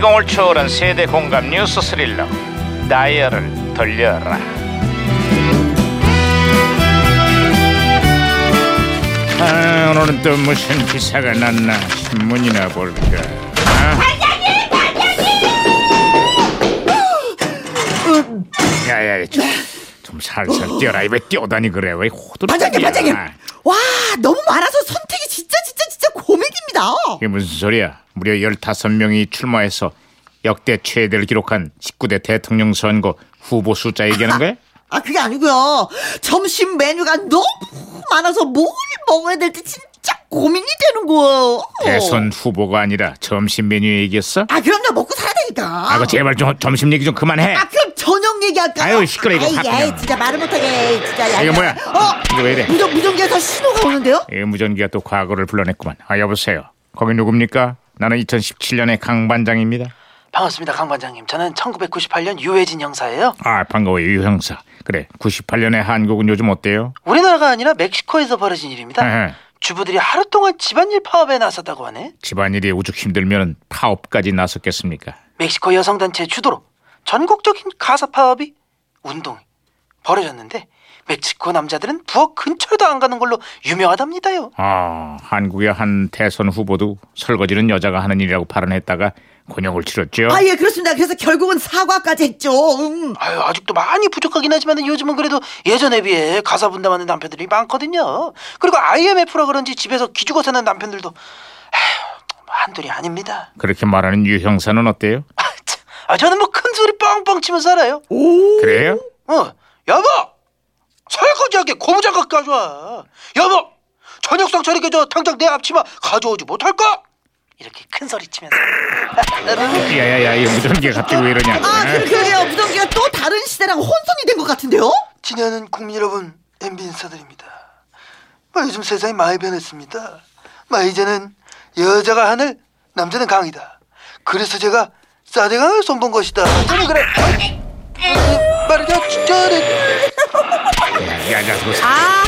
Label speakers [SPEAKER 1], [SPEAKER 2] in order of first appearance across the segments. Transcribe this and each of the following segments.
[SPEAKER 1] 정을 초월한 세대 공감 뉴스 스릴러 다이얼을 돌려라 아, 오늘은 또 무슨 기사가 났나 신문이나 볼까 아? 야야 좀 살살 뛰어라 왜 뛰어다니 그래 왜 호들 아.
[SPEAKER 2] 반장님, 반장님. 와, 너무 많아서 선택이 진짜 진짜 진짜 고민입니다.
[SPEAKER 1] 이게 무슨 소리야? 무려 15명이 출마해서 역대 최대를 기록한 19대 대통령 선거 후보 숫자 얘기하는 거야?
[SPEAKER 2] 아, 그게 아니고요. 점심 메뉴가 너무 많아서 뭘 먹어야 될지 진짜 고민이 되는 거예요.
[SPEAKER 1] 대선 후보가 아니라 점심 메뉴 얘기였어?
[SPEAKER 2] 아, 그럼요. 먹고 살아야 되니까.
[SPEAKER 1] 아, 그 제발 좀 점심 얘기 좀 그만해.
[SPEAKER 2] 아, 그럼 저녁 얘기할까?
[SPEAKER 1] 아유, 시끄러, 이거
[SPEAKER 2] 아이,
[SPEAKER 1] 확
[SPEAKER 2] 아이,
[SPEAKER 1] 그냥.
[SPEAKER 2] 진짜 말을 못하게. 에이, 진짜 야.
[SPEAKER 1] 이게 뭐야?
[SPEAKER 2] 어,
[SPEAKER 1] 이거 왜 이래?
[SPEAKER 2] 무전 무전기에서 신호가 오는데요?
[SPEAKER 1] 이 무전기가 또 과거를 불러냈구만. 아, 여보세요. 거기 누굽니까? 나는 2017년의 강 반장입니다.
[SPEAKER 3] 반갑습니다, 강 반장님. 저는 1998년 유해진 형사예요.
[SPEAKER 1] 아, 반가워요, 유 형사. 그래, 98년의 한국은 요즘 어때요?
[SPEAKER 3] 우리나라가 아니라 멕시코에서 벌어진 일입니다.
[SPEAKER 1] 에헤.
[SPEAKER 3] 주부들이 하루 동안 집안일 파업에 나섰다고 하네.
[SPEAKER 1] 집안일이 오죽 힘들면 파업까지 나섰겠습니까?
[SPEAKER 3] 멕시코 여성단체 주도로 전국적인 가사 파업이 운동이 벌어졌는데 멕시코 남자들은 부엌 근처에도 안 가는 걸로 유명하답니다요.
[SPEAKER 1] 아, 한국의 한 대선 후보도 설거지는 여자가 하는 일이라고 발언했다가 곤욕을 치렀죠.
[SPEAKER 2] 아, 예, 그렇습니다. 그래서 결국은 사과까지 했죠. 음.
[SPEAKER 3] 아유, 아직도 많이 부족하긴 하지만 요즘은 그래도 예전에 비해 가사 분담하는 남편들이 많거든요. 그리고 IMF라 그런지 집에서 기죽어 사는 남편들도 에휴, 한둘이 아닙니다.
[SPEAKER 1] 그렇게 말하는 유 형사는 어때요?
[SPEAKER 3] 아, 참. 아, 저는 뭐 큰 소리 빵빵 치면 살아요.
[SPEAKER 1] 그래요?
[SPEAKER 3] 어, 여보, 설거지하게 고무장갑 가져와. 여보, 저녁상 차리게 저 당장 내 앞치마 가져오지 못할까? 이렇게 큰 소리 치면서.
[SPEAKER 1] 야야야, 이 무전기가 갑자기 왜 이러냐?
[SPEAKER 2] 아, 그러- 그러게요. 무전기가 또 다른 시대랑 혼선이 된 것 같은데요?
[SPEAKER 3] 지내는 국민 여러분, MB 인사드립니다. 뭐 요즘 세상이 많이 변했습니다. 마 이제는 여자가 하늘, 남자는 강이다. 그래서 제가 사대강을 손본 것이다. 저는 그래. 아, 말이야, 진짜네.
[SPEAKER 1] 야야, 그거 살-
[SPEAKER 2] 아,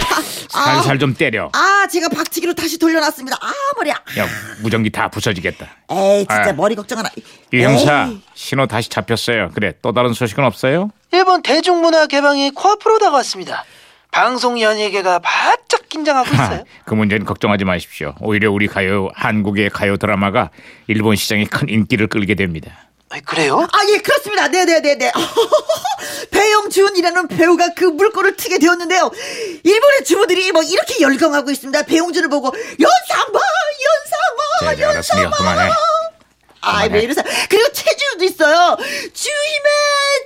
[SPEAKER 2] 아,
[SPEAKER 1] 살살 좀 때려.
[SPEAKER 2] 아, 제가 박치기로 다시 돌려놨습니다. 아, 머리야.
[SPEAKER 1] 야, 무전기 다 부서지겠다.
[SPEAKER 2] 에이, 진짜
[SPEAKER 1] 아.
[SPEAKER 2] 머리 걱정하나.
[SPEAKER 1] 유 형사,
[SPEAKER 2] 에이.
[SPEAKER 1] 신호 다시 잡혔어요. 그래, 또 다른 소식은 없어요?
[SPEAKER 3] 일본 대중문화 개방이 코앞으로 다가왔습니다. 방송 연예계가 바짝 긴장하고 있어요.
[SPEAKER 1] 그 문제는 걱정하지 마십시오. 오히려 우리 가요, 한국의 가요 드라마가 일본 시장에 큰 인기를 끌게 됩니다.
[SPEAKER 3] 아이, 그래요?
[SPEAKER 2] 아, 예, 그렇습니다. 네네네네. 배용준이라는 배우가 그 물꼬를 트게 되었는데요. 일본의 주부들이 뭐 이렇게 열광하고 있습니다. 배용준을 보고, 연상봐! 연상봐!
[SPEAKER 1] 자, 알았으니까 그만해.
[SPEAKER 2] 아이, 왜
[SPEAKER 1] 그만해.
[SPEAKER 2] 이러세요? 그리고 최지우도 있어요. 주희메!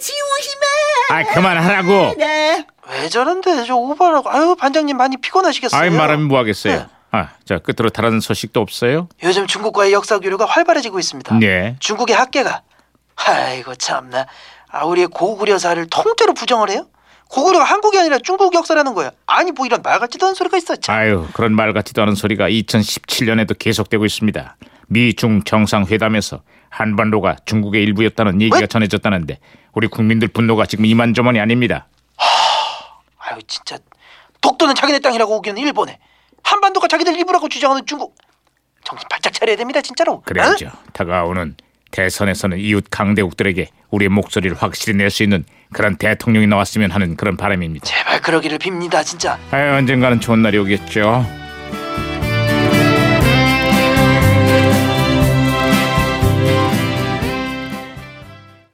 [SPEAKER 2] 지우희메!
[SPEAKER 1] 아, 그만하라고.
[SPEAKER 2] 네.
[SPEAKER 3] 왜 저런데 저 오바라고? 아유 반장님 많이 피곤하시겠어요.
[SPEAKER 1] 아이 말하면 뭐
[SPEAKER 3] 네.
[SPEAKER 1] 하겠어요. 아, 자 끝으로 다른 소식도 없어요?
[SPEAKER 3] 요즘 중국과의 역사 교류가 활발해지고 있습니다.
[SPEAKER 1] 네.
[SPEAKER 3] 중국의 학계가 아이고 참나 아 우리의 고구려사를 통째로 부정을 해요? 고구려가 한국이 아니라 중국 역사라는 거예요. 아니 뭐 이런 말 같지도 않은 소리가 있어. 참.
[SPEAKER 1] 아유, 그런 말 같지도 않은 소리가 2017년에도 계속되고 있습니다. 미중 정상회담에서 한반도가 중국의 일부였다는 얘기가
[SPEAKER 3] 왜?
[SPEAKER 1] 전해졌다는데 우리 국민들 분노가 지금 이만저만이 아닙니다.
[SPEAKER 3] 아유 진짜 독도는 자기네 땅이라고 오기는 일본에 한반도가 자기들 일부라고 주장하는 중국 정신 바짝 차려야 됩니다 진짜로
[SPEAKER 1] 그래야죠. 다가오는 대선에서는 이웃 강대국들에게 우리의 목소리를 확실히 낼 수 있는 그런 대통령이 나왔으면 하는 그런 바람입니다.
[SPEAKER 3] 제발 그러기를 빕니다 진짜
[SPEAKER 1] 아유, 언젠가는 좋은 날이 오겠죠.